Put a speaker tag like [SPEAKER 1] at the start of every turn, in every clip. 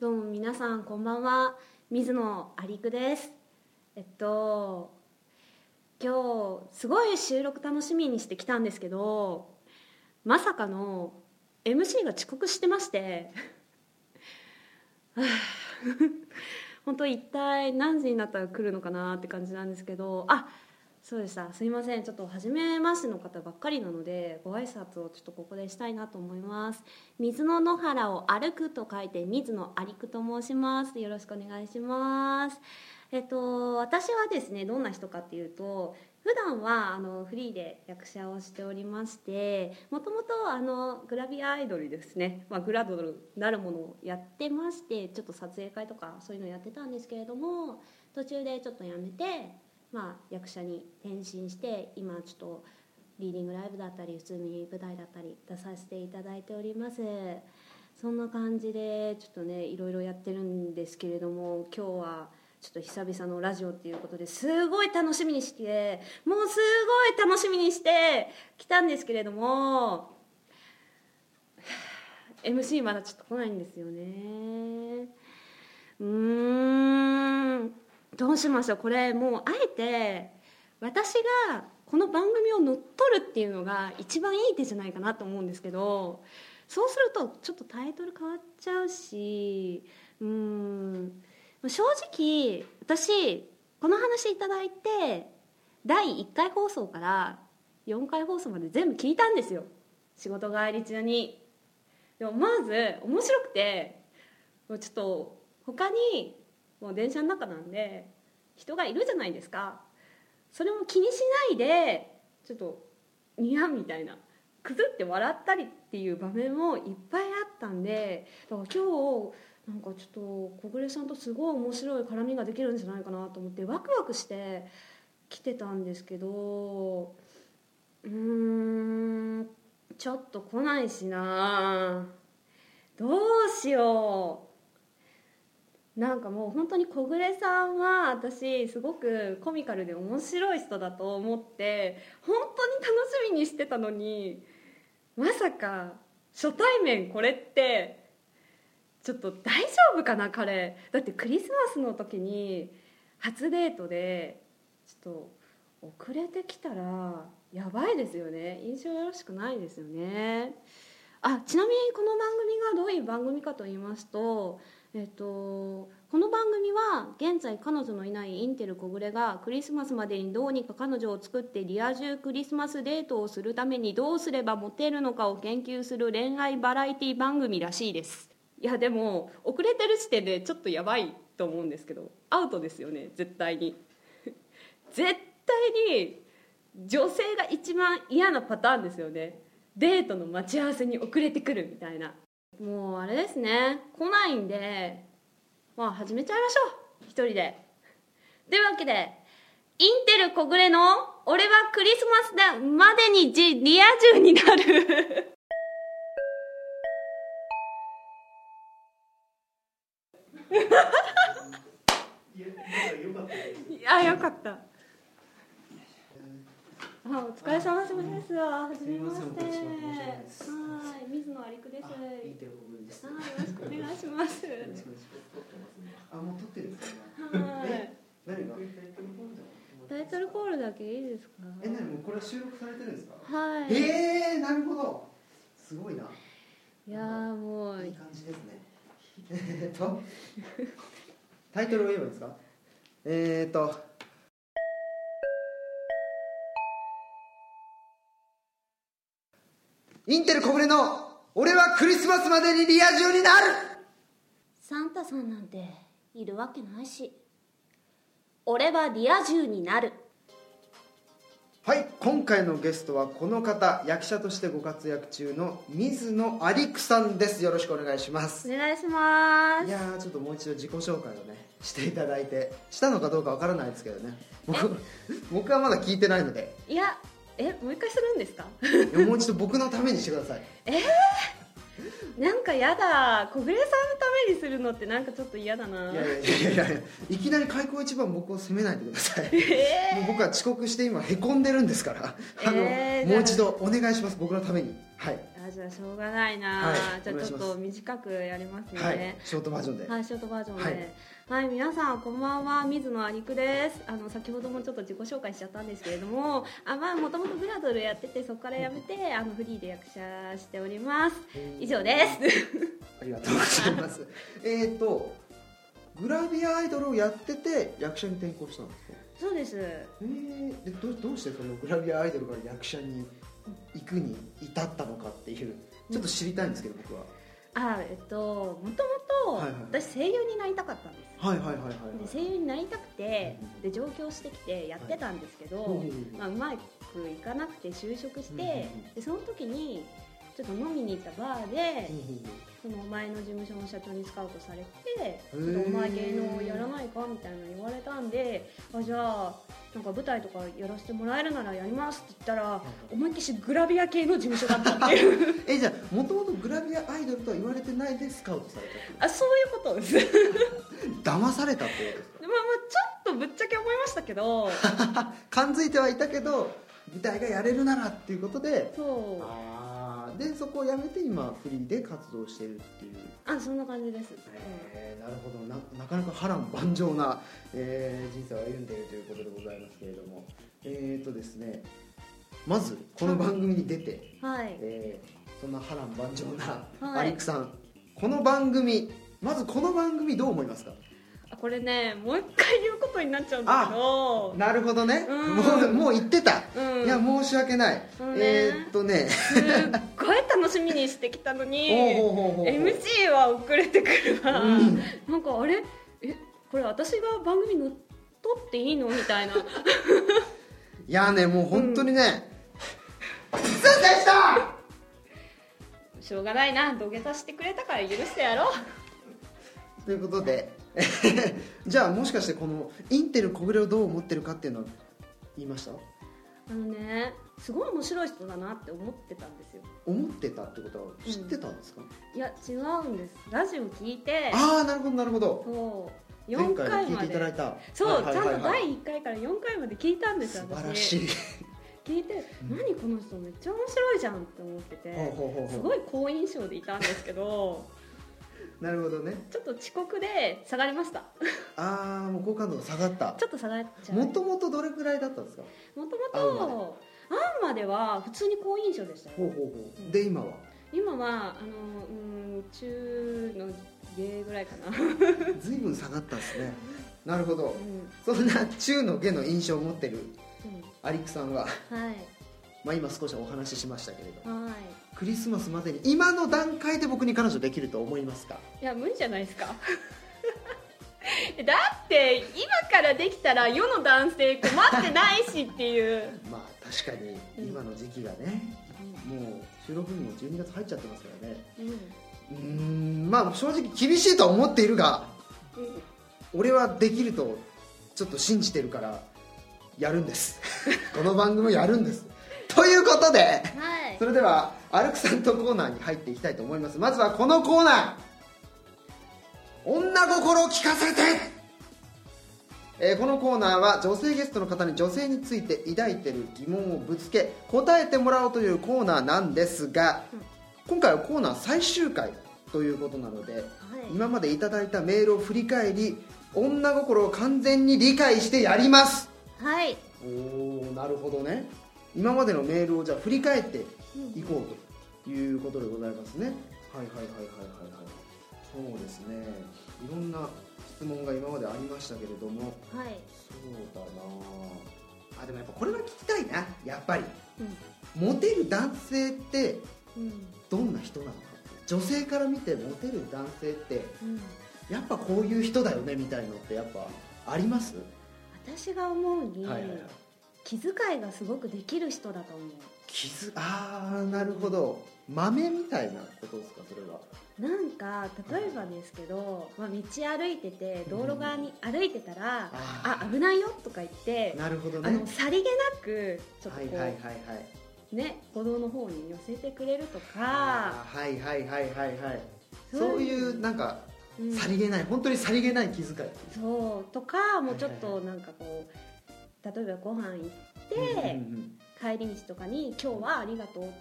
[SPEAKER 1] どうも皆さんこんばんは水野有久ですえっと今日すごい収録楽しみにしてきたんですけどまさかの MC が遅刻してましてはぁ本当一体何時になったら来るのかなって感じなんですけどあそうでしたすいませんちょっと初めましての方ばっかりなのでご挨拶をちょっとここでしたいなと思います水の野原を歩くと書いて水野歩くと申しますよろしくお願いしますえっと私はですねどんな人かっていうと普段はあのフリーで役者をしておりましてもともとあのグラビアアイドルですね、まあ、グラドルなるものをやってましてちょっと撮影会とかそういうのやってたんですけれども途中でちょっとやめて、まあ、役者に転身して今ちょっとリーディングライブだったり普通に舞台だったり出させていただいておりますそんな感じでちょっとねいろいろやってるんですけれども今日はちょっと久々のラジオっていうことですごい楽しみにしてもうすごい楽しみにして来たんですけれども MC まだちょっと来ないんですよねうーんどうしましょうこれもうあえて私がこの番組を乗っ取るっていうのが一番いい手じゃないかなと思うんですけどそうするとちょっとタイトル変わっちゃうしうーん正直私この話いただいて第1回放送から4回放送まで全部聞いたんですよ仕事帰り中にでもまず面白くてもうちょっと他にもう電車の中なんで人がいるじゃないですかそれも気にしないでちょっとニヤみたいなくずって笑ったりっていう場面もいっぱいあったんでだから今日なんかちょっと小暮さんとすごい面白い絡みができるんじゃないかなと思ってワクワクして来てたんですけどうーんちょっと来ないしなどうしようなんかもう本当に小暮さんは私すごくコミカルで面白い人だと思って本当に楽しみにしてたのにまさか初対面これってちょっと大丈夫かな彼だってクリスマスの時に初デートでちょっと遅れてきたらやばいですよね印象よろしくないですよねあちなみにこの番組がどういう番組かと言いますとえっとこの番組は現在彼女のいないインテル小暮がクリスマスまでにどうにか彼女を作ってリア充クリスマスデートをするためにどうすればモテるのかを研究する恋愛バラエティ番組らしいですいやでも遅れてる時点でちょっとやばいと思うんですけどアウトですよね絶対に 絶対に女性が一番嫌なパターンですよねデートの待ち合わせに遅れてくるみたいなもうあれですね来ないんでまあ始めちゃいましょう一人でというわけでインテル小暮の俺はクリスマスだまでにじリア充になるいやよかった。あお疲れ様です。はじめまして。
[SPEAKER 2] すいませんお
[SPEAKER 1] は
[SPEAKER 2] 越しいただき申し訳ないです
[SPEAKER 1] い、水野有久です。は
[SPEAKER 2] あいい
[SPEAKER 1] い、
[SPEAKER 2] 手を僕です。
[SPEAKER 1] よろしくお願いします。
[SPEAKER 2] よろしくお願いしますあ、もう撮ってるんです
[SPEAKER 1] は
[SPEAKER 2] か。
[SPEAKER 1] い。
[SPEAKER 2] 何が。
[SPEAKER 1] タイトルコールだけいいですか。
[SPEAKER 2] え、何もうこれは収録されてるんですか。
[SPEAKER 1] はい。
[SPEAKER 2] えー、なるほど。すごいな。
[SPEAKER 1] いやーもう
[SPEAKER 2] いい感じですね。 えーっと。タイトルを言えばいいんですか。えーっと。インテル小暮の俺はクリスマスまでにリア充になる
[SPEAKER 1] サンタさんなんているわけないし、俺はリア充になる。
[SPEAKER 2] はい今回のゲストはこの方役者としてご活躍中の水野有久さんですよろしくお願いします
[SPEAKER 1] お願いしま
[SPEAKER 2] い
[SPEAKER 1] す。
[SPEAKER 2] やーちょっともう一度自己紹介をねしていただいてしたのかどうかわからないですけどね僕僕はまだ聞いてないので
[SPEAKER 1] いや、えもう一回するんですか。
[SPEAKER 2] いやもう一度僕のためにしてください
[SPEAKER 1] なんかやだ小暮さんのためにするのってなんかちょっと嫌だない
[SPEAKER 2] やいやいやいやいやいきなり開口一番僕を責めないでください
[SPEAKER 1] え
[SPEAKER 2] もう僕は遅刻して今へこんでるんですからあの、
[SPEAKER 1] えー
[SPEAKER 2] もう一度お願いします僕のためにはい
[SPEAKER 1] ーあじゃあしょうがないな、
[SPEAKER 2] はい
[SPEAKER 1] じゃあちょっ
[SPEAKER 2] お願いしま
[SPEAKER 1] と
[SPEAKER 2] す
[SPEAKER 1] 短くやりますね、
[SPEAKER 2] はいショートバージョンで、
[SPEAKER 1] はい、ショートバージョンで、
[SPEAKER 2] は
[SPEAKER 1] はいい、皆さんこんばんは、水野ありくです。あの先ほどもちょっと自己紹介しちゃったんですけれども、あまあ元々グラドルやっててそこからやめてあのフリーで役者しております。以上 です。
[SPEAKER 2] ありがとうございますえっとグラビアアイドルをやってて役者に転向したんですか
[SPEAKER 1] そうです。
[SPEAKER 2] えー、でどどうしてそのグラビアアイドルから役者に行くに至ったのかっていうちょっと知りたいんですけど僕は、
[SPEAKER 1] あえっと元々、
[SPEAKER 2] はいはい
[SPEAKER 1] 私声優になりたかったんです。
[SPEAKER 2] はいはいはいはい
[SPEAKER 1] で声優になりたくて
[SPEAKER 2] うん
[SPEAKER 1] で上京してきてやってたんですけど、
[SPEAKER 2] うんうんうん
[SPEAKER 1] まあ、うまくいかなくて就職して、
[SPEAKER 2] うんうんうん
[SPEAKER 1] でその時にちょっと飲みに行ったバーで。
[SPEAKER 2] うんうん
[SPEAKER 1] その前の事務所の社長にスカウトされて「ち
[SPEAKER 2] ー
[SPEAKER 1] ょっとお前芸能やらないか?」みたいなの言われたんで「あじゃあなんか舞台とかやらせてもらえるならやります」って言ったら思いっきしグラビア系の事務所だったっていう
[SPEAKER 2] えじゃあもともとグラビアアイドルとは言われてないでスカウトされたっていう
[SPEAKER 1] あそういうことですで
[SPEAKER 2] 騙されたってことですか
[SPEAKER 1] まあまあちょっとぶっちゃけ思いましたけど
[SPEAKER 2] 感づいてはいたけど舞台がやれるならっていうことで
[SPEAKER 1] そう
[SPEAKER 2] ああでそこをやめて今フリーで活動してるっていう
[SPEAKER 1] あそんな感じです、
[SPEAKER 2] えーなるほどななかなか波乱万丈な、えー人生を歩んでいるということでございますけれどもえっ、ー、とですねまずこの番組に出て、
[SPEAKER 1] うんはい
[SPEAKER 2] えーそんな波乱万丈な、
[SPEAKER 1] はい
[SPEAKER 2] アリクさんこの番組まずこの番組どう思いますか
[SPEAKER 1] あこれねもう一回言うことになっちゃうんだけど
[SPEAKER 2] なるほどね
[SPEAKER 1] うん
[SPEAKER 2] もうもう言ってた、
[SPEAKER 1] うん
[SPEAKER 2] いや申し訳ない、
[SPEAKER 1] そうね
[SPEAKER 2] えーっとね
[SPEAKER 1] すっごい楽しみにしてきたの に
[SPEAKER 2] ほうほうほうほう
[SPEAKER 1] MC は遅れてくるわ、
[SPEAKER 2] うん
[SPEAKER 1] なんかあれえこれ私が番組乗っ取っていいのみたい な
[SPEAKER 2] いやねもう本当にね、すいませんでした
[SPEAKER 1] しょうがないな土下座してくれたから許してやろう
[SPEAKER 2] ということで じゃあもしかしてこのインテル小暮をどう思ってるかっていうのは言いました
[SPEAKER 1] あのねすごい面白い人だなって思ってたんですよ
[SPEAKER 2] 思ってたってことは知ってたんですか、
[SPEAKER 1] いや違うんですラジオ聞いて
[SPEAKER 2] ああなるほどなるほど
[SPEAKER 1] そう
[SPEAKER 2] 前
[SPEAKER 1] 4
[SPEAKER 2] 回
[SPEAKER 1] 回
[SPEAKER 2] 聞い
[SPEAKER 1] ま
[SPEAKER 2] ていただい
[SPEAKER 1] で
[SPEAKER 2] た
[SPEAKER 1] そう、
[SPEAKER 2] はいはいはい
[SPEAKER 1] ちゃんと
[SPEAKER 2] はい
[SPEAKER 1] 第1回から4回まで聞いたんですよ
[SPEAKER 2] 素晴らし
[SPEAKER 1] 私
[SPEAKER 2] い
[SPEAKER 1] 聞いて何この人めっちゃ面白いじゃんって思ってて、
[SPEAKER 2] ほうほうほう
[SPEAKER 1] す
[SPEAKER 2] ほ
[SPEAKER 1] ごい好印象でいたんですけど
[SPEAKER 2] うなるほどね
[SPEAKER 1] ちょっと遅刻で下がりました
[SPEAKER 2] ああもう好感度が下がった
[SPEAKER 1] ちょっと下がっちゃう
[SPEAKER 2] もともとどれくらいだったんですか
[SPEAKER 1] もとも
[SPEAKER 2] 会うまで
[SPEAKER 1] と会うまでは普通に好印象でした
[SPEAKER 2] ほう
[SPEAKER 1] よ
[SPEAKER 2] ほうほうで今は
[SPEAKER 1] 今はあのうん中の芸ぐらいかな、
[SPEAKER 2] ずいぶん下がったんですねなるほど
[SPEAKER 1] うん
[SPEAKER 2] そんな中の下の印象を持ってる
[SPEAKER 1] う
[SPEAKER 2] アリクさん
[SPEAKER 1] ん
[SPEAKER 2] は、
[SPEAKER 1] はい
[SPEAKER 2] まあ、今少しお話ししましたけれど
[SPEAKER 1] はい
[SPEAKER 2] クリスマスまでに今の段階で僕に彼女できると思いますか
[SPEAKER 1] いや無理じゃないですかだって今からできたら世の男性困ってないしっていう、
[SPEAKER 2] まあ確かに今の時期がね、もう収録日も12月入っちゃってますからね
[SPEAKER 1] うん
[SPEAKER 2] うーんまあ正直厳しいとは思っているが
[SPEAKER 1] うん
[SPEAKER 2] 俺はできるとちょっと信じてるからやるんです この番組やるんですということで
[SPEAKER 1] はい
[SPEAKER 2] それでは歩くさんとコーナーに入っていきたいと思いますまずはこのコーナー女心を聞かせて、えーこのコーナーは女性ゲストの方に女性について抱いてる疑問をぶつけ答えてもらおうというコーナーなんですが、
[SPEAKER 1] うん
[SPEAKER 2] 今回はコーナー最終回ということなので、今までいただいたメールを振り返り女心を完全に理解してやります
[SPEAKER 1] はい
[SPEAKER 2] おーなるほどね今までのメールをじゃあ振り返っていこうということでございますねはいはいはいはいはいはいそうですねいろんな質問が今までありましたけれども
[SPEAKER 1] はい、
[SPEAKER 2] そうだなあでもやっぱこれは聞きたいなやっぱり
[SPEAKER 1] う
[SPEAKER 2] モテる男性って
[SPEAKER 1] んうん
[SPEAKER 2] どんな人なのか女性から見てモテる男性って
[SPEAKER 1] うん、
[SPEAKER 2] やっぱこういう人だよねみたいのってやっぱあります、
[SPEAKER 1] 私が思うに、
[SPEAKER 2] はいはいはい
[SPEAKER 1] 気遣いがすごくできる人だと思う
[SPEAKER 2] 傷ああなるほど豆みたいなことですかそれは
[SPEAKER 1] なんか例えばですけど、まあ、道歩いてて道路側に歩いてたら「
[SPEAKER 2] あ
[SPEAKER 1] あ危ないよ」とか言って、
[SPEAKER 2] なるほど
[SPEAKER 1] あ
[SPEAKER 2] ね
[SPEAKER 1] のさりげなくちょっとこ、
[SPEAKER 2] はいうはいはいはい
[SPEAKER 1] ね歩道の方に寄せてくれるとか
[SPEAKER 2] あーはいはいはいはいはい
[SPEAKER 1] そう
[SPEAKER 2] そういうなんか
[SPEAKER 1] うん
[SPEAKER 2] さりげない本当にさりげない気遣い
[SPEAKER 1] そうとかもうちょっ
[SPEAKER 2] はい
[SPEAKER 1] となんかこう例えばご飯行って、
[SPEAKER 2] うんうんうん
[SPEAKER 1] 帰り道とかに「今日はありがとう」とか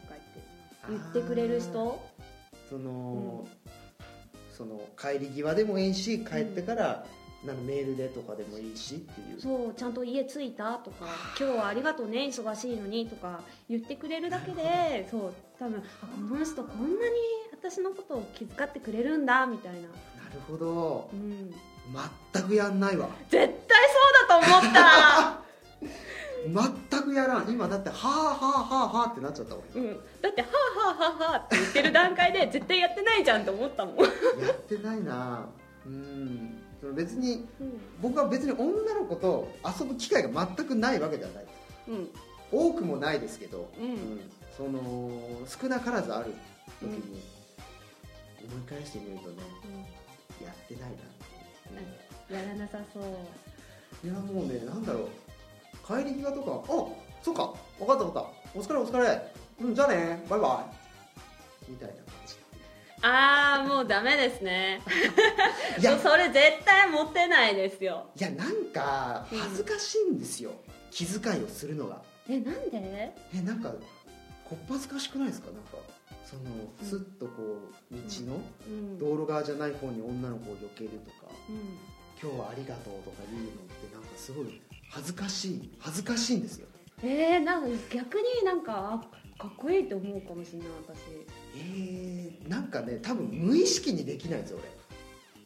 [SPEAKER 1] 言って言ってくれる人
[SPEAKER 2] その、その帰り際でもいいし帰ってから、なんかメールでとかでもいいしっていう
[SPEAKER 1] そうちゃんと家着いたとか今日はありがとうね忙しいのにとか言ってくれるだけでそう多分あこの人こんなに私のことを気遣ってくれるんだみたいな、
[SPEAKER 2] なるほど
[SPEAKER 1] うん、
[SPEAKER 2] 全くやんないわ
[SPEAKER 1] 絶対そうだと思った
[SPEAKER 2] 全くやらん今だってはあはあはあはあってなっちゃったわ
[SPEAKER 1] うん、だって「はあはあはあはあ」って言ってる段階で絶対やってないじゃんと思ったもん、
[SPEAKER 2] やってないなうんその別に僕は別に女の子と遊ぶ機会が全くないわけではない
[SPEAKER 1] うん
[SPEAKER 2] 多くもないですけど、
[SPEAKER 1] うん
[SPEAKER 2] その少なからずある時に、思い返してみるとねやってないな、
[SPEAKER 1] やらなさそう
[SPEAKER 2] いやもうねなんだろう帰り際とかあそうか分かった分かったお疲れお疲れうんじゃあねバイバイみたいな感
[SPEAKER 1] ああもうダメですね
[SPEAKER 2] じ いや
[SPEAKER 1] それ絶対モテないですよ
[SPEAKER 2] いやなんか恥ずかしいんですよ、気遣いをするのが
[SPEAKER 1] えなんで
[SPEAKER 2] えなんかこっぱずかしくないですかなんかその
[SPEAKER 1] うん
[SPEAKER 2] すっとこう道の
[SPEAKER 1] うん
[SPEAKER 2] 道路側じゃない方に女の子を避けるとか
[SPEAKER 1] うん
[SPEAKER 2] 「今日はありがとう」とか言うのってなんかすごい恥ずかしい恥ずかしいんですよ
[SPEAKER 1] えー、なんか逆になんかあかっこいいって思うかもしれない私
[SPEAKER 2] えー、なんかね多分無意識にできないんですよ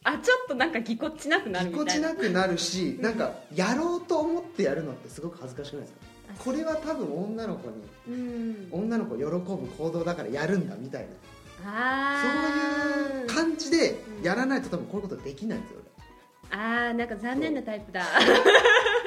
[SPEAKER 2] 俺
[SPEAKER 1] あちょっとなんかぎこちなくなる
[SPEAKER 2] ぎこ
[SPEAKER 1] みた
[SPEAKER 2] ち
[SPEAKER 1] いな
[SPEAKER 2] なくなるし、
[SPEAKER 1] うん
[SPEAKER 2] なんかやろうと思ってやるのってすごく恥ずかしくないですか
[SPEAKER 1] あ
[SPEAKER 2] これは多分女の子
[SPEAKER 1] う
[SPEAKER 2] に
[SPEAKER 1] ん
[SPEAKER 2] 女の子喜ぶ行動だからやるんだみたいな
[SPEAKER 1] あ
[SPEAKER 2] そういう
[SPEAKER 1] ー
[SPEAKER 2] 感じでやらないと多分こういうことできないんですよ
[SPEAKER 1] あーなんか残念なタイプだ
[SPEAKER 2] 俺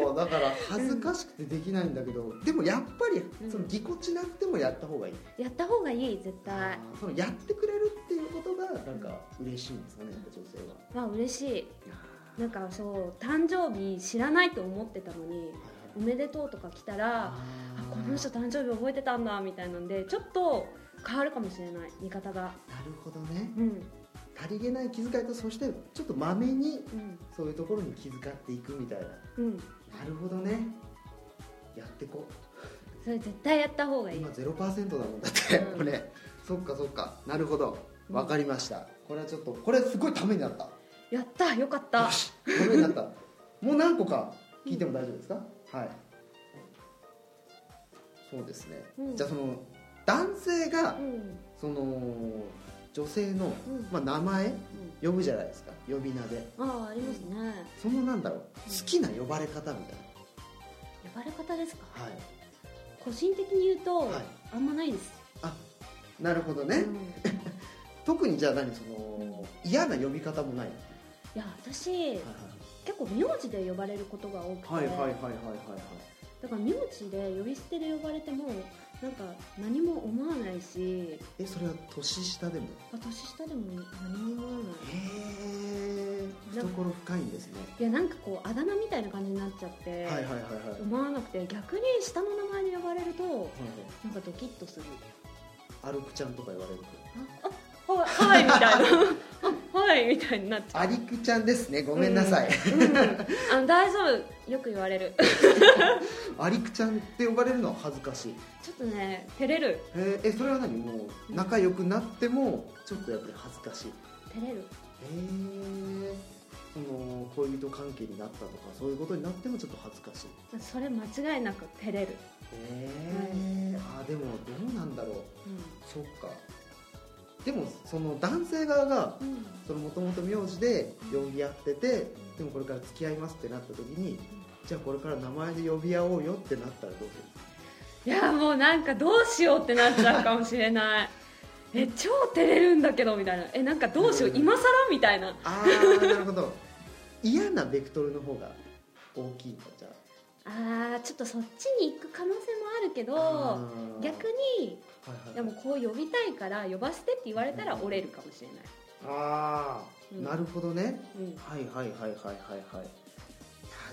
[SPEAKER 2] そうだから恥ずかしくてできないんだけど、でもやっぱり
[SPEAKER 1] うん
[SPEAKER 2] そのぎこちなくてもやった方がいい、
[SPEAKER 1] やった方がいい絶対
[SPEAKER 2] そのやってくれるっていうことがなんか嬉しいんですかねやっぱ女性は
[SPEAKER 1] まあ嬉しいなんかそう誕生日知らないと思ってたのにおめでとうとか来たらあこの人
[SPEAKER 2] な
[SPEAKER 1] 誕生日覚えてたんだみたいなんでちょっと変わるかもしれない見方が
[SPEAKER 2] るほどね
[SPEAKER 1] うん
[SPEAKER 2] 足りげない気遣いとそしてちょっとまめに
[SPEAKER 1] うん
[SPEAKER 2] そういうところに気遣っていくみたいな
[SPEAKER 1] うん
[SPEAKER 2] なるほどねやってこ
[SPEAKER 1] それ絶対やった方がいい
[SPEAKER 2] 今0%だもんだって、
[SPEAKER 1] うん
[SPEAKER 2] これそっかそっかなるほどわかりました、これはちょっとこれすごいためになった
[SPEAKER 1] やったよかった
[SPEAKER 2] よし、ためになったもう何個か聞いても大丈夫ですか、はいそうですね、
[SPEAKER 1] うん
[SPEAKER 2] じゃあその男性が
[SPEAKER 1] うん
[SPEAKER 2] その女性の、
[SPEAKER 1] うん
[SPEAKER 2] まあ、名前呼ぶじゃないですか呼び名で
[SPEAKER 1] ああありますね
[SPEAKER 2] そのなんだろう好きな呼ばれ方みたい
[SPEAKER 1] 呼ばれ方ですか
[SPEAKER 2] なはい
[SPEAKER 1] 個人的に言うと、
[SPEAKER 2] はい
[SPEAKER 1] あんまないです
[SPEAKER 2] なるほどね、
[SPEAKER 1] うんい
[SPEAKER 2] 特にじゃあ何その嫌な呼び方もない
[SPEAKER 1] や私結構名字で呼ばれることが多くて、
[SPEAKER 2] はいはいはいはいはい
[SPEAKER 1] だから名字で呼び捨てで呼ばれてもなんか何も思わないし
[SPEAKER 2] えそれは年下でも
[SPEAKER 1] あ年下でも何も思わない
[SPEAKER 2] へえ懐深いんですね
[SPEAKER 1] いやなんかこうあだ名みたいな感じになっちゃって、
[SPEAKER 2] はいはいはいはいはいはい
[SPEAKER 1] 思わなくて逆に下の名前で呼ばれるとなんかドキッとする
[SPEAKER 2] 歩くちゃんとか言われると
[SPEAKER 1] ああは はいみたいなあはいみたいになっちゃう
[SPEAKER 2] アリクちゃんですねごめんなさい、
[SPEAKER 1] あの大丈夫よく言われる
[SPEAKER 2] アリクちゃんって呼ばれるのは恥ずかしい
[SPEAKER 1] ちょっとね照れる
[SPEAKER 2] えーえそれは何もう仲良くなってもちょっとやっぱり恥ずかしいへ
[SPEAKER 1] 照れる
[SPEAKER 2] えその恋人関係になったとかそういうことになってもちょっと恥ずかしい
[SPEAKER 1] それ間違いなく照れる、
[SPEAKER 2] えーあでもどうなんだろう
[SPEAKER 1] う
[SPEAKER 2] そっかでもその男性側が
[SPEAKER 1] ん
[SPEAKER 2] もともと名字で呼び合っててでもこれから付き合いますってなった時にじゃあこれから名前で呼び合おうよってなったらどうする
[SPEAKER 1] いやもうなんかどうしようってなっちゃうかもしれない え超照れるんだけどみたいなえなんかどうしよう
[SPEAKER 2] うん
[SPEAKER 1] 今更みたいな
[SPEAKER 2] ああなるほど嫌なベクトルの方が大きいんだじゃ
[SPEAKER 1] あーちょっとそっちに行く可能性もあるけ
[SPEAKER 2] あ
[SPEAKER 1] ど
[SPEAKER 2] あー
[SPEAKER 1] 逆に
[SPEAKER 2] はいはい
[SPEAKER 1] でもこう呼びたいから呼ばせてって言われたら折れるかもしれない、
[SPEAKER 2] ああ、
[SPEAKER 1] うん
[SPEAKER 2] なるほどね
[SPEAKER 1] うん、
[SPEAKER 2] はいはいはいはいはいはいいや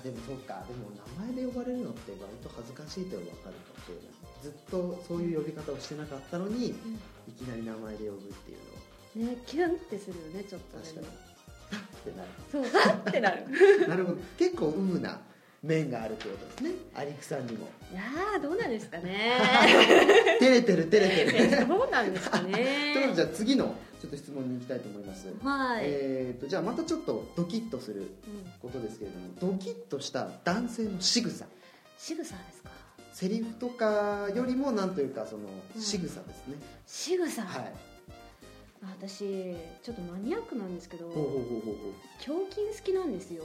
[SPEAKER 2] でもそうかでも名前で呼ばれるのって割と恥ずかしいというのは分かるかもしれないずっとそういう呼び方をしてなかったのにいきなり名前で呼ぶっていう
[SPEAKER 1] ねキュンってするよねちょっと
[SPEAKER 2] のは
[SPEAKER 1] ね
[SPEAKER 2] 確かに、はっってなる
[SPEAKER 1] そうってなる
[SPEAKER 2] なるほど結構うむな面があるということですねアリクさんにも
[SPEAKER 1] いやーどうなんですか ね
[SPEAKER 2] 照れてる照れて る
[SPEAKER 1] えどうなん ですか
[SPEAKER 2] ということで
[SPEAKER 1] ね
[SPEAKER 2] じゃあ次のちょっと質問に行きたいと思います、
[SPEAKER 1] はい、
[SPEAKER 2] えー、とじゃあまたちょっとドキッとする
[SPEAKER 1] うん、
[SPEAKER 2] ことですけれどもドキッとした男性の仕草
[SPEAKER 1] 仕草ですか
[SPEAKER 2] セリフとかよりもなんというかその
[SPEAKER 1] うん
[SPEAKER 2] 仕草ですね、
[SPEAKER 1] 仕草、
[SPEAKER 2] はい
[SPEAKER 1] あ私ちょっとマニアックなんですけど
[SPEAKER 2] ほうほうほうほうほう
[SPEAKER 1] 胸筋好きなんですよ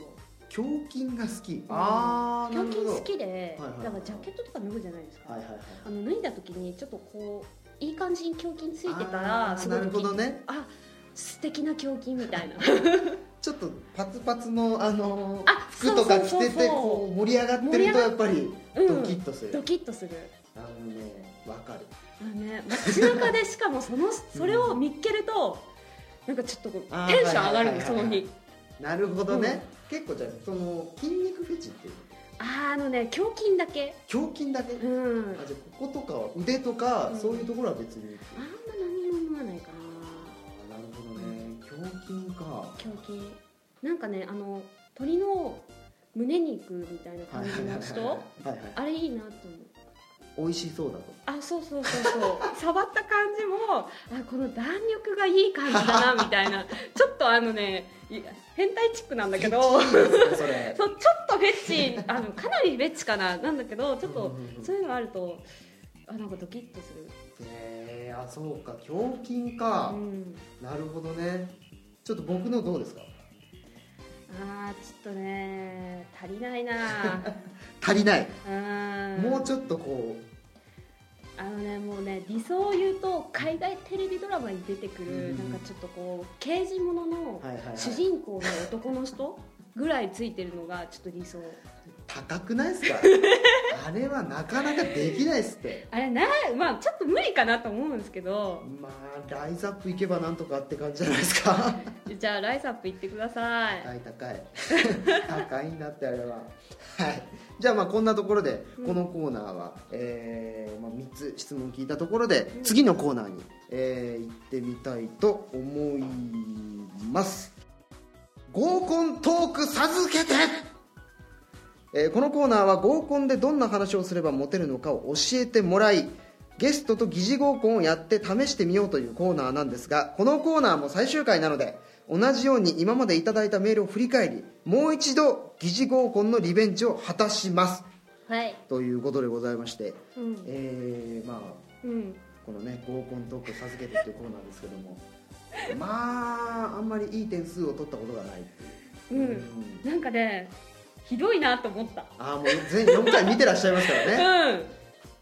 [SPEAKER 2] 胸筋が好きああなる
[SPEAKER 1] 胸
[SPEAKER 2] ほ
[SPEAKER 1] 筋
[SPEAKER 2] ど
[SPEAKER 1] 好きで、
[SPEAKER 2] はいはいはい
[SPEAKER 1] だからジャケットとか脱ぐじゃないですか、
[SPEAKER 2] はいはいはい
[SPEAKER 1] あの脱いだ時にちょっとこういい感じに胸筋ついてた
[SPEAKER 2] あ
[SPEAKER 1] ら
[SPEAKER 2] ー
[SPEAKER 1] すごい
[SPEAKER 2] なるほどね
[SPEAKER 1] あ素敵な胸筋みた いな
[SPEAKER 2] ちょっとパツパツのあの
[SPEAKER 1] あ
[SPEAKER 2] 服とか着
[SPEAKER 1] そうそ
[SPEAKER 2] て
[SPEAKER 1] うそうそ
[SPEAKER 2] て
[SPEAKER 1] う
[SPEAKER 2] こう盛り上がってるとやっぱり
[SPEAKER 1] うん
[SPEAKER 2] ドキッとする、
[SPEAKER 1] ドキッとする
[SPEAKER 2] あのねわかる
[SPEAKER 1] あのね街中でしかもそのそれを見っけるとなんかちょっとこう
[SPEAKER 2] あー
[SPEAKER 1] テンション上がる
[SPEAKER 2] はいはいはいは
[SPEAKER 1] の
[SPEAKER 2] い
[SPEAKER 1] その日
[SPEAKER 2] なるほどね、結構じゃあその筋肉フェチっていう
[SPEAKER 1] あーあのね胸筋だけ
[SPEAKER 2] の胸筋だけ、
[SPEAKER 1] う
[SPEAKER 2] あ
[SPEAKER 1] ん
[SPEAKER 2] じゃあこことかは腕とか、
[SPEAKER 1] うん
[SPEAKER 2] そういうところは別に
[SPEAKER 1] あんま何も思わないか
[SPEAKER 2] あーなるほどね胸筋か
[SPEAKER 1] な胸筋なんかねあの鳥の胸肉みたいな感じの 人、
[SPEAKER 2] はいはい
[SPEAKER 1] あれいいなと思う
[SPEAKER 2] 美味しそうだと
[SPEAKER 1] あそうそうそう そう触った感じもあこの弾力がいい感じだなみたいなちょっとあのねい変態チックなんだけどそう
[SPEAKER 2] フェチですねそ
[SPEAKER 1] ち
[SPEAKER 2] れ
[SPEAKER 1] ょっとフェッチあのかなりフェッチかななんだけ どちょっ
[SPEAKER 2] うん
[SPEAKER 1] と
[SPEAKER 2] うんうん
[SPEAKER 1] そういうのあるとあなんかドキッとする、
[SPEAKER 2] へえあそうか胸筋
[SPEAKER 1] う
[SPEAKER 2] か、
[SPEAKER 1] ん、
[SPEAKER 2] なるほどねちょっと僕のどうですか
[SPEAKER 1] あーちょっとね足りないな
[SPEAKER 2] 足りない、
[SPEAKER 1] うん
[SPEAKER 2] もうちょっとこ
[SPEAKER 1] あのねもうね理想を言うと海外テレビドラマに出てくる、
[SPEAKER 2] うん
[SPEAKER 1] なんかちょっとこう刑事ものの
[SPEAKER 2] う、はいはいはい、
[SPEAKER 1] 主人公の男の人ぐらいついてるのがちょっと理想
[SPEAKER 2] 高くない ですかあれはなかなかできないっすって
[SPEAKER 1] あれなまあちょっと無理かなと思うんですけど
[SPEAKER 2] まあライズアップいけばなんとかって感じじゃないです か
[SPEAKER 1] じゃあライスアップ行ってください、
[SPEAKER 2] 高い高い 高いんだってあれははいじゃあまあこんなところで
[SPEAKER 1] うん
[SPEAKER 2] このコーナーは、えーまあ、3つ質問聞いたところで
[SPEAKER 1] うん
[SPEAKER 2] 次のコーナーに、えー行ってみたいと思います合コントーク授けてえーこのコーナーは合コンでどんな話をすればモテるのかを教えてもらいゲストと疑似合コンをやって試してみようというコーナーなんですがこのコーナーも最終回なので同じように今までいただいたメールを振り返りもう一度疑似合コンのリベンジを果たします
[SPEAKER 1] はい
[SPEAKER 2] ということでございまして、
[SPEAKER 1] うん、
[SPEAKER 2] えーまあ
[SPEAKER 1] うん、
[SPEAKER 2] このね合コントーク授けてというコーナーですけどもまああんまりいい点数を取ったことがないっていう
[SPEAKER 1] うんなんかねひどいなと思った
[SPEAKER 2] ああもう全4回見てらっしゃいますからね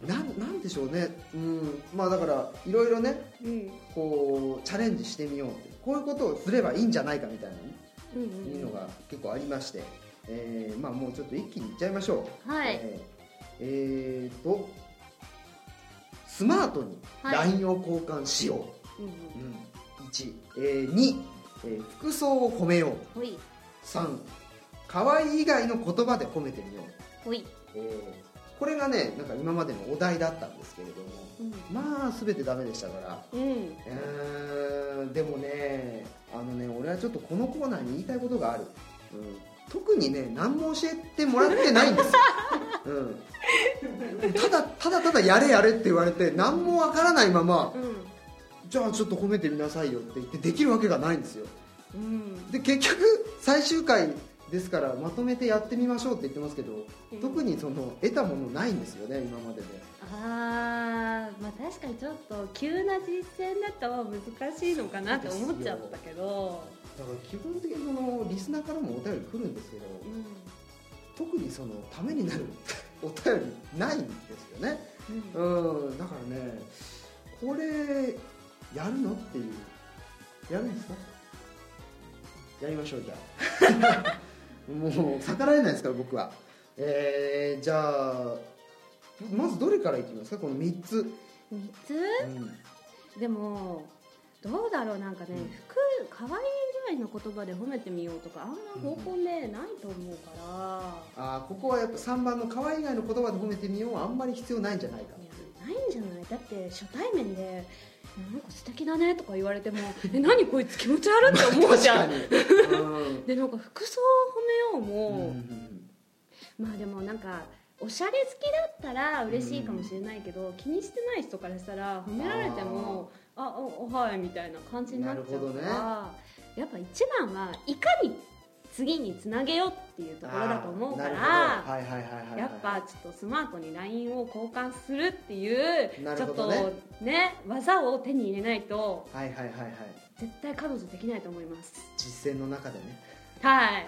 [SPEAKER 1] うん
[SPEAKER 2] なんなんでしょうね、うん、まあだからいろいろね
[SPEAKER 1] うん
[SPEAKER 2] こうチャレンジしてみようってこういうことをすればいいんじゃないかみたいなね、
[SPEAKER 1] うん
[SPEAKER 2] いうのが結構ありまして、えーまあもうちょっと一気にいっちゃいましょう
[SPEAKER 1] はい
[SPEAKER 2] えーえーとスマートに
[SPEAKER 1] はい
[SPEAKER 2] LINE を交換しよう、
[SPEAKER 1] うん
[SPEAKER 2] うん、1、えー、2、えー服装を褒めよう
[SPEAKER 1] ほい
[SPEAKER 2] 3可愛い以外の言葉で褒めてみよう、
[SPEAKER 1] ほい、
[SPEAKER 2] えーこれがねなんか今までのお題だったんですけれども
[SPEAKER 1] うん
[SPEAKER 2] まあ全てダメでしたから
[SPEAKER 1] うん、
[SPEAKER 2] うーんでもねあのね俺はちょっとこのコーナーに言いたいことがある、うん、特にね何も教えてもらってないんですよ、うん、ただただただやれやれって言われて何もわからないまま
[SPEAKER 1] うん
[SPEAKER 2] じゃあちょっと褒めてみなさいよって言ってできるわけがないんですよ
[SPEAKER 1] うん
[SPEAKER 2] で結局最終回ですからまとめてやってみましょうって言ってますけど
[SPEAKER 1] うん
[SPEAKER 2] 特にその得たものないんですよね今までで
[SPEAKER 1] あーまあ確かにちょっと急な実践だと難しいのかなって思っちゃったけど
[SPEAKER 2] だから基本的にそのリスナーからもお便り来るんですけど、
[SPEAKER 1] う
[SPEAKER 2] 特にそのためになる お便りないんですよね
[SPEAKER 1] んうん
[SPEAKER 2] うんだからねこれやるのっていうやるんですかやりましょうじゃあ もう逆らえないですから僕はえー、じゃあまずどれからいきますかこの3つ、
[SPEAKER 1] 三つでもどうだろうなんかね、
[SPEAKER 2] うん
[SPEAKER 1] 服可愛いぐらいの言葉で褒めてみようとかあんま合コンね、ないと思うか
[SPEAKER 2] あーここはやっぱ3番の「可愛い以外の言葉で褒めてみよう」はあんまり必要ないんじゃないから
[SPEAKER 1] いやないんじゃないだって初対面で「なんか素敵だね」とか言われても「え何こいつ気持ち悪い」って思うじゃん
[SPEAKER 2] 確かに、うん
[SPEAKER 1] でなんか服装を褒めようも、
[SPEAKER 2] うん
[SPEAKER 1] まあでもなんかおしゃれ好きだったら嬉しいかもしれないけど、気にしてない人からしたら褒められてもあおおはいみたいな感じになっちゃうから、やっぱ一番はいかに次につなげようっていうところだと思うか
[SPEAKER 2] あ
[SPEAKER 1] ら
[SPEAKER 2] ーなるほどはいはいはいはいはい
[SPEAKER 1] やっぱちょっとスマートに LINE を交換するっていう、
[SPEAKER 2] な
[SPEAKER 1] ち
[SPEAKER 2] る
[SPEAKER 1] ょっ
[SPEAKER 2] ほ
[SPEAKER 1] と
[SPEAKER 2] どね
[SPEAKER 1] ね技を手に入れないと
[SPEAKER 2] はいはいはいはい
[SPEAKER 1] 絶対彼女できないと思います
[SPEAKER 2] 実践の中でね
[SPEAKER 1] はい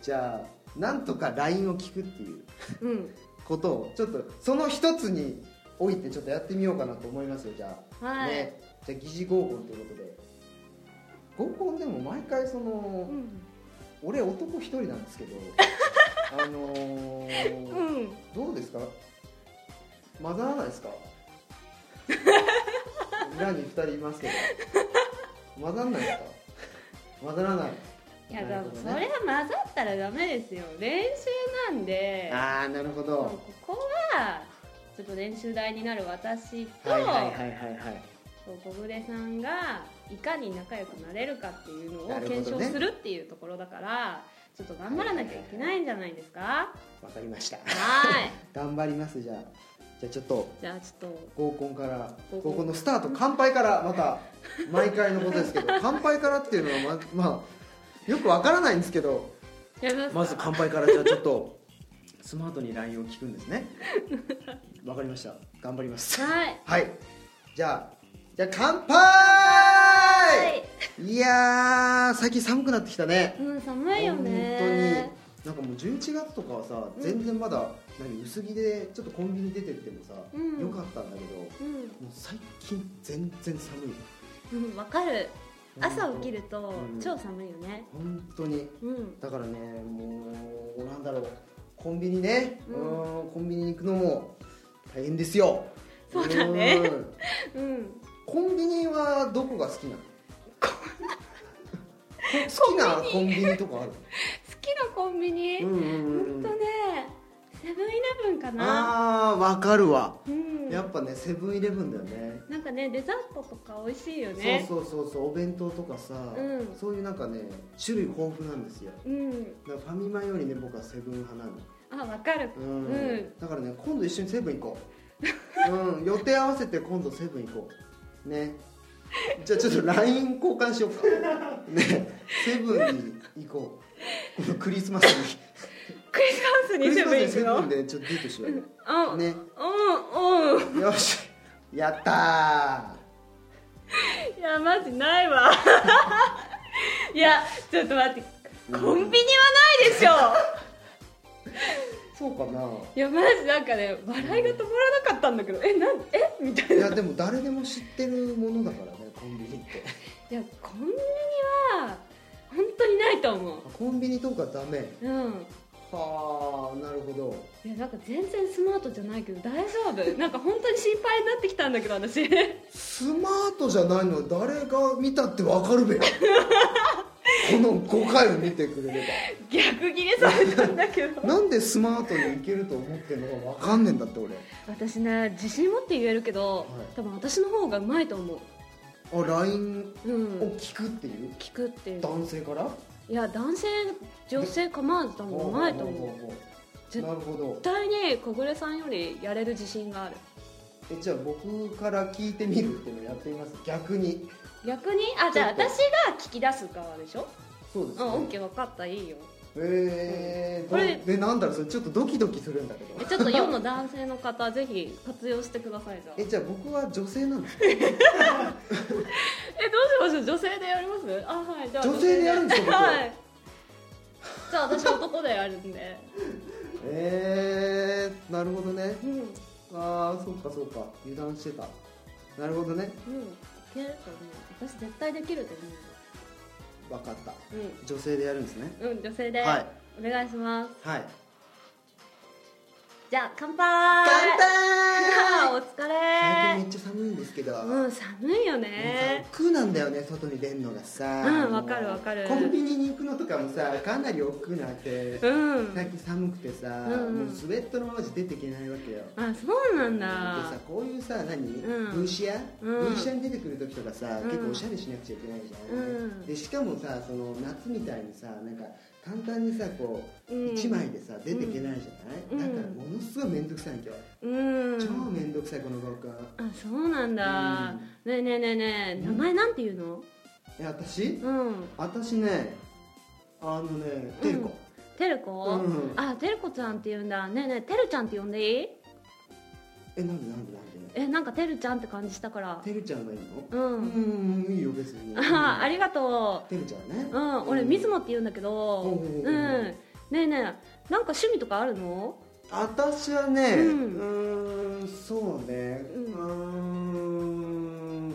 [SPEAKER 2] じゃあなんとか LINE を聞くっていう
[SPEAKER 1] うん
[SPEAKER 2] ことをちょっとその一つにおいてちょっとやってみようかなと思いますよじゃあ、
[SPEAKER 1] はい、
[SPEAKER 2] ねじゃあ疑似合コンということで合コンでも毎回その、
[SPEAKER 1] うん、
[SPEAKER 2] 俺男一人なんです けどあのー
[SPEAKER 1] うん、
[SPEAKER 2] どうですか混ざらないで すか裏に二人いますけど混ざらないですか混ざらない
[SPEAKER 1] いや
[SPEAKER 2] な
[SPEAKER 1] で
[SPEAKER 2] る
[SPEAKER 1] も
[SPEAKER 2] ほど
[SPEAKER 1] そ
[SPEAKER 2] ね
[SPEAKER 1] れは混ざったらダメですよ練習なんで
[SPEAKER 2] ああなるほど
[SPEAKER 1] もうここはちょっと練習台になる私と、
[SPEAKER 2] はいはいはいはいはい
[SPEAKER 1] そう小暮さんがいかに仲良くなれるかっていうのを
[SPEAKER 2] なるほどね
[SPEAKER 1] 検証するっていうところだから、ちょっと頑張らなきゃいけないんじゃない ですかは
[SPEAKER 2] わかりました
[SPEAKER 1] い
[SPEAKER 2] 頑張りますじゃあじゃあちょっと
[SPEAKER 1] じゃあちょっと
[SPEAKER 2] 合コンから
[SPEAKER 1] 合
[SPEAKER 2] 合
[SPEAKER 1] コン
[SPEAKER 2] コンのスタート乾杯からまた毎回のことですけど乾杯からっていうのはままあよくわからないんですけど
[SPEAKER 1] やりますか
[SPEAKER 2] まず乾杯からじゃあちょっとスマートに LINE を聞くんですねわかりました頑張ります
[SPEAKER 1] はい
[SPEAKER 2] はいじゃあじゃあ乾杯、い、やー最近寒くなってきたね
[SPEAKER 1] うん寒いよね
[SPEAKER 2] 本当になんかもう11月とかはさ
[SPEAKER 1] うん
[SPEAKER 2] 全然まだ、何薄着でちょっとコンビニ出てってもさ、
[SPEAKER 1] うん
[SPEAKER 2] よかったんだけどもう最近全然寒い
[SPEAKER 1] うん、うん、わかる朝起き
[SPEAKER 2] る
[SPEAKER 1] ると
[SPEAKER 2] うん
[SPEAKER 1] 超寒いよね
[SPEAKER 2] 本当に
[SPEAKER 1] うん
[SPEAKER 2] だからねもうなんだろうコンビニね、
[SPEAKER 1] う
[SPEAKER 2] うんん、コンビニに行くのも大変ですよ
[SPEAKER 1] そうだね
[SPEAKER 2] うん
[SPEAKER 1] うん
[SPEAKER 2] コンビニはどこが好きな の好きなコンビニと かある
[SPEAKER 1] 好きなコンビニ、
[SPEAKER 2] うん
[SPEAKER 1] ほ
[SPEAKER 2] うん
[SPEAKER 1] ん
[SPEAKER 2] う
[SPEAKER 1] とね
[SPEAKER 2] ん
[SPEAKER 1] セブンイレブンかな
[SPEAKER 2] あーわかるわ、
[SPEAKER 1] うん
[SPEAKER 2] やっぱねセブンイレブンだよね
[SPEAKER 1] なんかねデザートとか美味しいよね
[SPEAKER 2] そうそうそうそうお弁当とかさ、
[SPEAKER 1] うん
[SPEAKER 2] そういうなんかね種類豊富なんですよ
[SPEAKER 1] うん
[SPEAKER 2] だからファミマよりね僕はセブン派なの
[SPEAKER 1] あわかる
[SPEAKER 2] うん、
[SPEAKER 1] うん
[SPEAKER 2] だからね今度一緒にセブン行こう、うん、予定合わせて今度セブン行こうねじゃあちょっと LINE 交換しようかねセブンに行こうこのクリスマスに
[SPEAKER 1] クリスマス
[SPEAKER 2] ク
[SPEAKER 1] に
[SPEAKER 2] リ
[SPEAKER 1] セ
[SPEAKER 2] スマ
[SPEAKER 1] ブ
[SPEAKER 2] ス
[SPEAKER 1] ン
[SPEAKER 2] に
[SPEAKER 1] 行
[SPEAKER 2] セ
[SPEAKER 1] く
[SPEAKER 2] ブン
[SPEAKER 1] の
[SPEAKER 2] でちょっとデートしよう
[SPEAKER 1] あ
[SPEAKER 2] よ、ね、
[SPEAKER 1] うんうん
[SPEAKER 2] よしやった
[SPEAKER 1] いやマジない わいやちょっと待ってコンビニはないで しょ
[SPEAKER 2] ーそうかない
[SPEAKER 1] やマジなんかね笑いが止まらなかったんだけどえなんえみたいない
[SPEAKER 2] やでも誰でも知ってるものだからねコンビニっ
[SPEAKER 1] い
[SPEAKER 2] て
[SPEAKER 1] やコンビニは本当にないと思う
[SPEAKER 2] あコンビニとかダメ
[SPEAKER 1] うん
[SPEAKER 2] はあなるほど
[SPEAKER 1] いやなんか全然スマートじゃないけど大丈夫 なんか本当に心配になってきたんだけど私
[SPEAKER 2] スマートじゃないのは誰が見たってわかるべこの5回を見てくれれ
[SPEAKER 1] 逆ギレされたんだけ
[SPEAKER 2] ば
[SPEAKER 1] ど
[SPEAKER 2] なんでスマートにいけると思ってるのかわかんねえんだって俺
[SPEAKER 1] 私ね自信持って言えるけど、
[SPEAKER 2] い
[SPEAKER 1] 多分私の方がうまいと思
[SPEAKER 2] あ LINE
[SPEAKER 1] ううん
[SPEAKER 2] を聞くっていう
[SPEAKER 1] 聞くっていう
[SPEAKER 2] 男性から
[SPEAKER 1] いや男性女性構わず多分うまいと
[SPEAKER 2] ほ
[SPEAKER 1] 思う
[SPEAKER 2] ほほ
[SPEAKER 1] 絶
[SPEAKER 2] なるほど
[SPEAKER 1] 対に小暮さんよりやれる自信がある
[SPEAKER 2] えじゃあ僕から聞いてみるっていうのやってみます逆に
[SPEAKER 1] 逆にあじゃあ
[SPEAKER 2] ちょっと
[SPEAKER 1] 私が聞き出す側でしょ
[SPEAKER 2] そうで
[SPEAKER 1] う
[SPEAKER 2] す
[SPEAKER 1] んオッ
[SPEAKER 2] ね
[SPEAKER 1] ケー分かったいいよ
[SPEAKER 2] えー、
[SPEAKER 1] これ
[SPEAKER 2] どえなんだろうそれちょっとドキドキするんだけど
[SPEAKER 1] えちょっと世の男性の方ぜひ活用してくださいじゃあ
[SPEAKER 2] えじゃあ僕は女性なんですか
[SPEAKER 1] えどうしましょう女性でやりますあはいじゃあ
[SPEAKER 2] 女性でやるんですか僕
[SPEAKER 1] はいじゃあ私男でやるんで
[SPEAKER 2] えー、なるほどね
[SPEAKER 1] うんうんい
[SPEAKER 2] ああそうかそうか油断してたなるほどね
[SPEAKER 1] けると思う私絶対できると
[SPEAKER 2] 分かった
[SPEAKER 1] 思う
[SPEAKER 2] 女性でやるんですね
[SPEAKER 1] うんうん女性で、
[SPEAKER 2] はい
[SPEAKER 1] お願いします
[SPEAKER 2] はい
[SPEAKER 1] じゃあ乾杯
[SPEAKER 2] 乾杯
[SPEAKER 1] お疲
[SPEAKER 2] 最
[SPEAKER 1] れ
[SPEAKER 2] 近めっちゃ寒いんですけど、
[SPEAKER 1] うん寒いよ
[SPEAKER 2] ね
[SPEAKER 1] ね
[SPEAKER 2] 億劫なんだよね外に出んのがさ
[SPEAKER 1] うんわかるわかる
[SPEAKER 2] コンビニに行くのとかもさかなり億劫なわけ
[SPEAKER 1] うん
[SPEAKER 2] 最近寒くてさ、
[SPEAKER 1] うんうん
[SPEAKER 2] もうスウェットのままじゃ出ていけないわけよ
[SPEAKER 1] あそうなん
[SPEAKER 2] で
[SPEAKER 1] だ
[SPEAKER 2] さこういうさ何、
[SPEAKER 1] ん
[SPEAKER 2] ブーシア、
[SPEAKER 1] うん
[SPEAKER 2] ブーシアに出てくる時とかさ、
[SPEAKER 1] うん
[SPEAKER 2] 結構おしゃれしなくちゃいけないじゃ
[SPEAKER 1] う
[SPEAKER 2] ん、
[SPEAKER 1] ん
[SPEAKER 2] でしかもさその夏みたいにさなんか簡単にさこう
[SPEAKER 1] うん
[SPEAKER 2] 1枚でさ出ていけないじゃ
[SPEAKER 1] うん
[SPEAKER 2] ない、だからものすごい面倒くさいん今日、
[SPEAKER 1] うん
[SPEAKER 2] 超面倒くさいこの合コン
[SPEAKER 1] あそうなんだ、ねえねえねえねえ名前なんていうの
[SPEAKER 2] え私
[SPEAKER 1] うん
[SPEAKER 2] 私ねあのね
[SPEAKER 1] うん
[SPEAKER 2] テルコ、
[SPEAKER 1] てるこ
[SPEAKER 2] うん
[SPEAKER 1] あてるこちゃんって言うんだねえねえてるちゃんって呼んでいい
[SPEAKER 2] えなんでなんでなんでなんで
[SPEAKER 1] えなんかてるちゃんって感じしたから
[SPEAKER 2] テルちゃんがいいの
[SPEAKER 1] うん、
[SPEAKER 2] うん、いいよ別に
[SPEAKER 1] あありがと
[SPEAKER 2] テルちゃんね
[SPEAKER 1] ううん俺水野って言うんだけど
[SPEAKER 2] う
[SPEAKER 1] うんんねえねえなんか趣味とかあるの
[SPEAKER 2] 私はねう
[SPEAKER 1] うん
[SPEAKER 2] ーんそうね
[SPEAKER 1] う
[SPEAKER 2] う
[SPEAKER 1] ん
[SPEAKER 2] ーん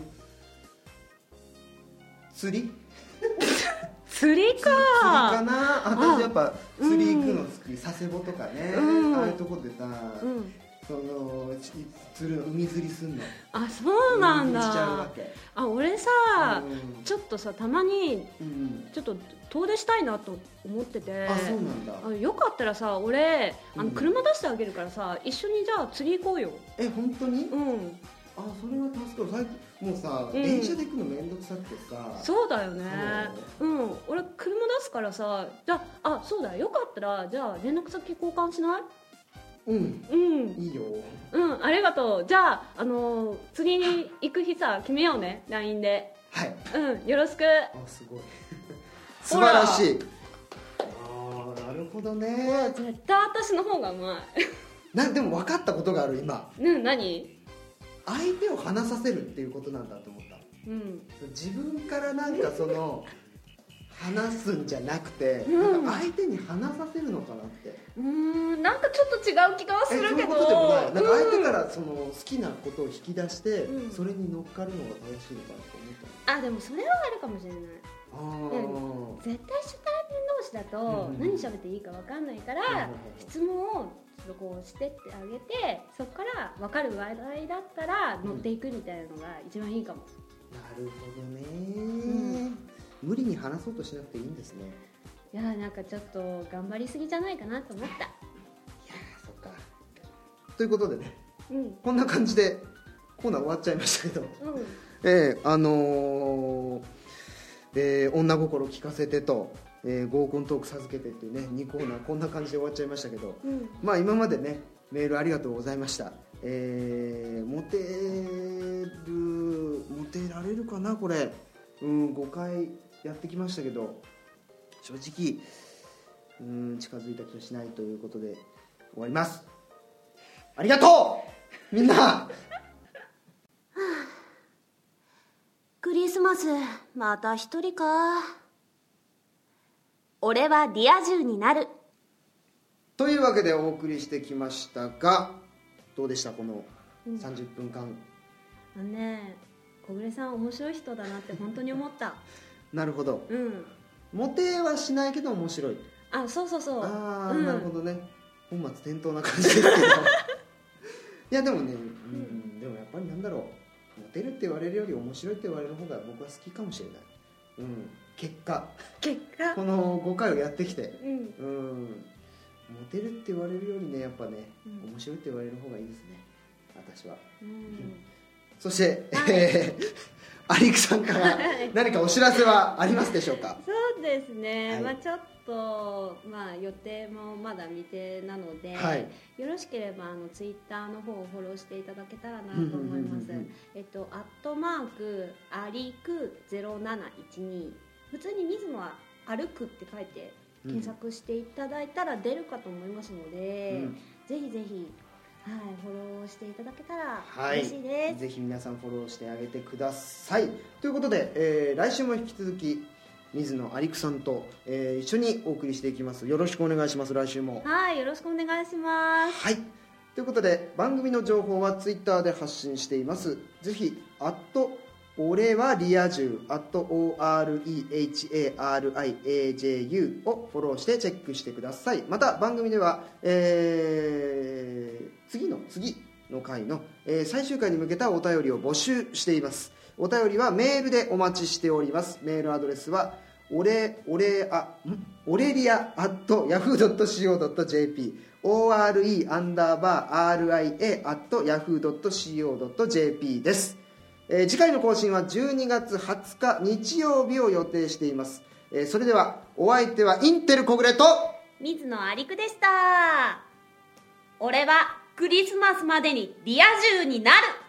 [SPEAKER 2] 釣り
[SPEAKER 1] 釣り
[SPEAKER 2] 釣りか
[SPEAKER 1] か
[SPEAKER 2] な
[SPEAKER 1] あ
[SPEAKER 2] 私やっぱ釣り行くの好き佐世保とかね
[SPEAKER 1] うん
[SPEAKER 2] ああいうとこでさ
[SPEAKER 1] うん
[SPEAKER 2] そのち釣るの海釣りすんの
[SPEAKER 1] あそうなん
[SPEAKER 2] 海釣りしちゃうわ
[SPEAKER 1] だ
[SPEAKER 2] け
[SPEAKER 1] あ俺さ
[SPEAKER 2] うん
[SPEAKER 1] ちょっとさたまに
[SPEAKER 2] うん
[SPEAKER 1] ちょっと遠出したいなと思ってて
[SPEAKER 2] あそうなんだ
[SPEAKER 1] あよかったらさ俺あ
[SPEAKER 2] うん
[SPEAKER 1] の車出してあげるからさ、一緒にじゃあ釣り行こうよ
[SPEAKER 2] え本当に
[SPEAKER 1] うん
[SPEAKER 2] あそれは助かる最近もうさ
[SPEAKER 1] うん
[SPEAKER 2] 電車で行くの面倒くさくてさ
[SPEAKER 1] そうだよねうん俺車出すからさじゃああそうだよかったらじゃあ連絡先交換しない
[SPEAKER 2] うん
[SPEAKER 1] うん
[SPEAKER 2] いいよ
[SPEAKER 1] うんありがとうじゃあ、あのー釣りに行く日さ決めようね LINE で
[SPEAKER 2] はい
[SPEAKER 1] うんよろしく
[SPEAKER 2] あす ごい素
[SPEAKER 1] ほ
[SPEAKER 2] 晴
[SPEAKER 1] ら
[SPEAKER 2] らしいああなるほどね
[SPEAKER 1] 絶対私の方がうま
[SPEAKER 2] なでも分かったことがある今
[SPEAKER 1] いうん何
[SPEAKER 2] 相手を話させるっていうことなんだと思った
[SPEAKER 1] うん
[SPEAKER 2] 自分からなんかその話すんじゃなくて、
[SPEAKER 1] うん
[SPEAKER 2] なんか相手に話させるのかなって
[SPEAKER 1] うーんなんかちょっと違う気がす
[SPEAKER 2] え
[SPEAKER 1] るけど
[SPEAKER 2] そういうことでもないなんか相手
[SPEAKER 1] うん
[SPEAKER 2] からその好きなことを引き出して、
[SPEAKER 1] うん
[SPEAKER 2] それに乗っかるのが楽しいのかなと
[SPEAKER 1] あでもそれはあるかもしれない
[SPEAKER 2] 思ったあ
[SPEAKER 1] 絶対初対面同士だと
[SPEAKER 2] うん
[SPEAKER 1] 何喋っていいか分かんないか
[SPEAKER 2] はいはい
[SPEAKER 1] ら
[SPEAKER 2] はい
[SPEAKER 1] 質問をちょっとこうしてってあげてそこから分かる話題だったら乗っていくみたいなのが一番いいかも、
[SPEAKER 2] あなるほどね、
[SPEAKER 1] ん
[SPEAKER 2] 無理に話そうとしなくていいんですね
[SPEAKER 1] いやーなんかちょっと頑張りすぎじゃないかなと思った
[SPEAKER 2] いやーそっかということでね
[SPEAKER 1] うん
[SPEAKER 2] こんな感じでコーナー終わっちゃいましたけど
[SPEAKER 1] うん
[SPEAKER 2] ええあのーえー女心聞かせてと、えー合コントーク授けてっていうね2コーナーこんな感じで終わっちゃいましたけど
[SPEAKER 1] うん
[SPEAKER 2] まあ今までねメールありがとうございましたえー、モテるモテられるかなこれうん5回やってきましたけど正直うん近づいた気がしないということで終わりますありがとうみんな
[SPEAKER 1] クリスマスまた一人か俺はリア充になる
[SPEAKER 2] というわけでお送りしてきましたがどうでしたこの30分間、
[SPEAKER 1] あのね小暮さん面白い人だなって本当に思った
[SPEAKER 2] なるほど
[SPEAKER 1] うん
[SPEAKER 2] モテはしないけど面白い
[SPEAKER 1] あそうそうそう
[SPEAKER 2] ああ、
[SPEAKER 1] うん、
[SPEAKER 2] なるほどね本末転倒な感じです けどいやでもね、うん、でもやっぱりなんだろうモテるって言われるより面白いって言われる方が僕は好きかもしれない、うん、結 果
[SPEAKER 1] 結果
[SPEAKER 2] この5回をやってきて
[SPEAKER 1] うん
[SPEAKER 2] うんモテるって言われるよりねやっぱね、
[SPEAKER 1] うん
[SPEAKER 2] 面白いって言われる方がいいですね私は
[SPEAKER 1] うん
[SPEAKER 2] そして、
[SPEAKER 1] はい
[SPEAKER 2] えー アリクさん から
[SPEAKER 1] はい
[SPEAKER 2] 何かお知らせはありますでしょうか
[SPEAKER 1] そうですね、
[SPEAKER 2] はい
[SPEAKER 1] まあちょっと、まあ、予定もまだ未定なので、
[SPEAKER 2] はい
[SPEAKER 1] よろしければあのツイッターの方をフォローしていただけたらなと思います
[SPEAKER 2] うんうんうんうん
[SPEAKER 1] えっとアットマークアリク0712普通に水野は「歩く」って書いて検索していただいたら出るかと思いますので、
[SPEAKER 2] うん
[SPEAKER 1] ぜひぜひ、はい、フォローしていただけたら
[SPEAKER 2] はい
[SPEAKER 1] 嬉しいです、
[SPEAKER 2] ぜひ皆さんフォローしてあげてくださいということで、えー来週も引き続き水野アリクさんと、えー一緒にお送りしていきますよろしくお願いします来週も
[SPEAKER 1] はいよろしくお願いします
[SPEAKER 2] はいということで番組の情報はツイッターで発信していますぜひ「アット俺はリア充」「アット OREHARIAJU」をフォローしてチェックしてくださいまた番組では、えー次の次の回の、えー最終回に向けたお便りを募集していますお便りはメールでお待ちしておりますメールアドレスはオレオレあんオレリアアットヤフー .co.jp ore アンダーバー ria アットヤフー .co.jp です、えー次回の更新は12月20日日曜日を予定していますえーそれではお相手はインテル小暮と
[SPEAKER 1] 水野有久でした俺はクリスマスまでにリア充になる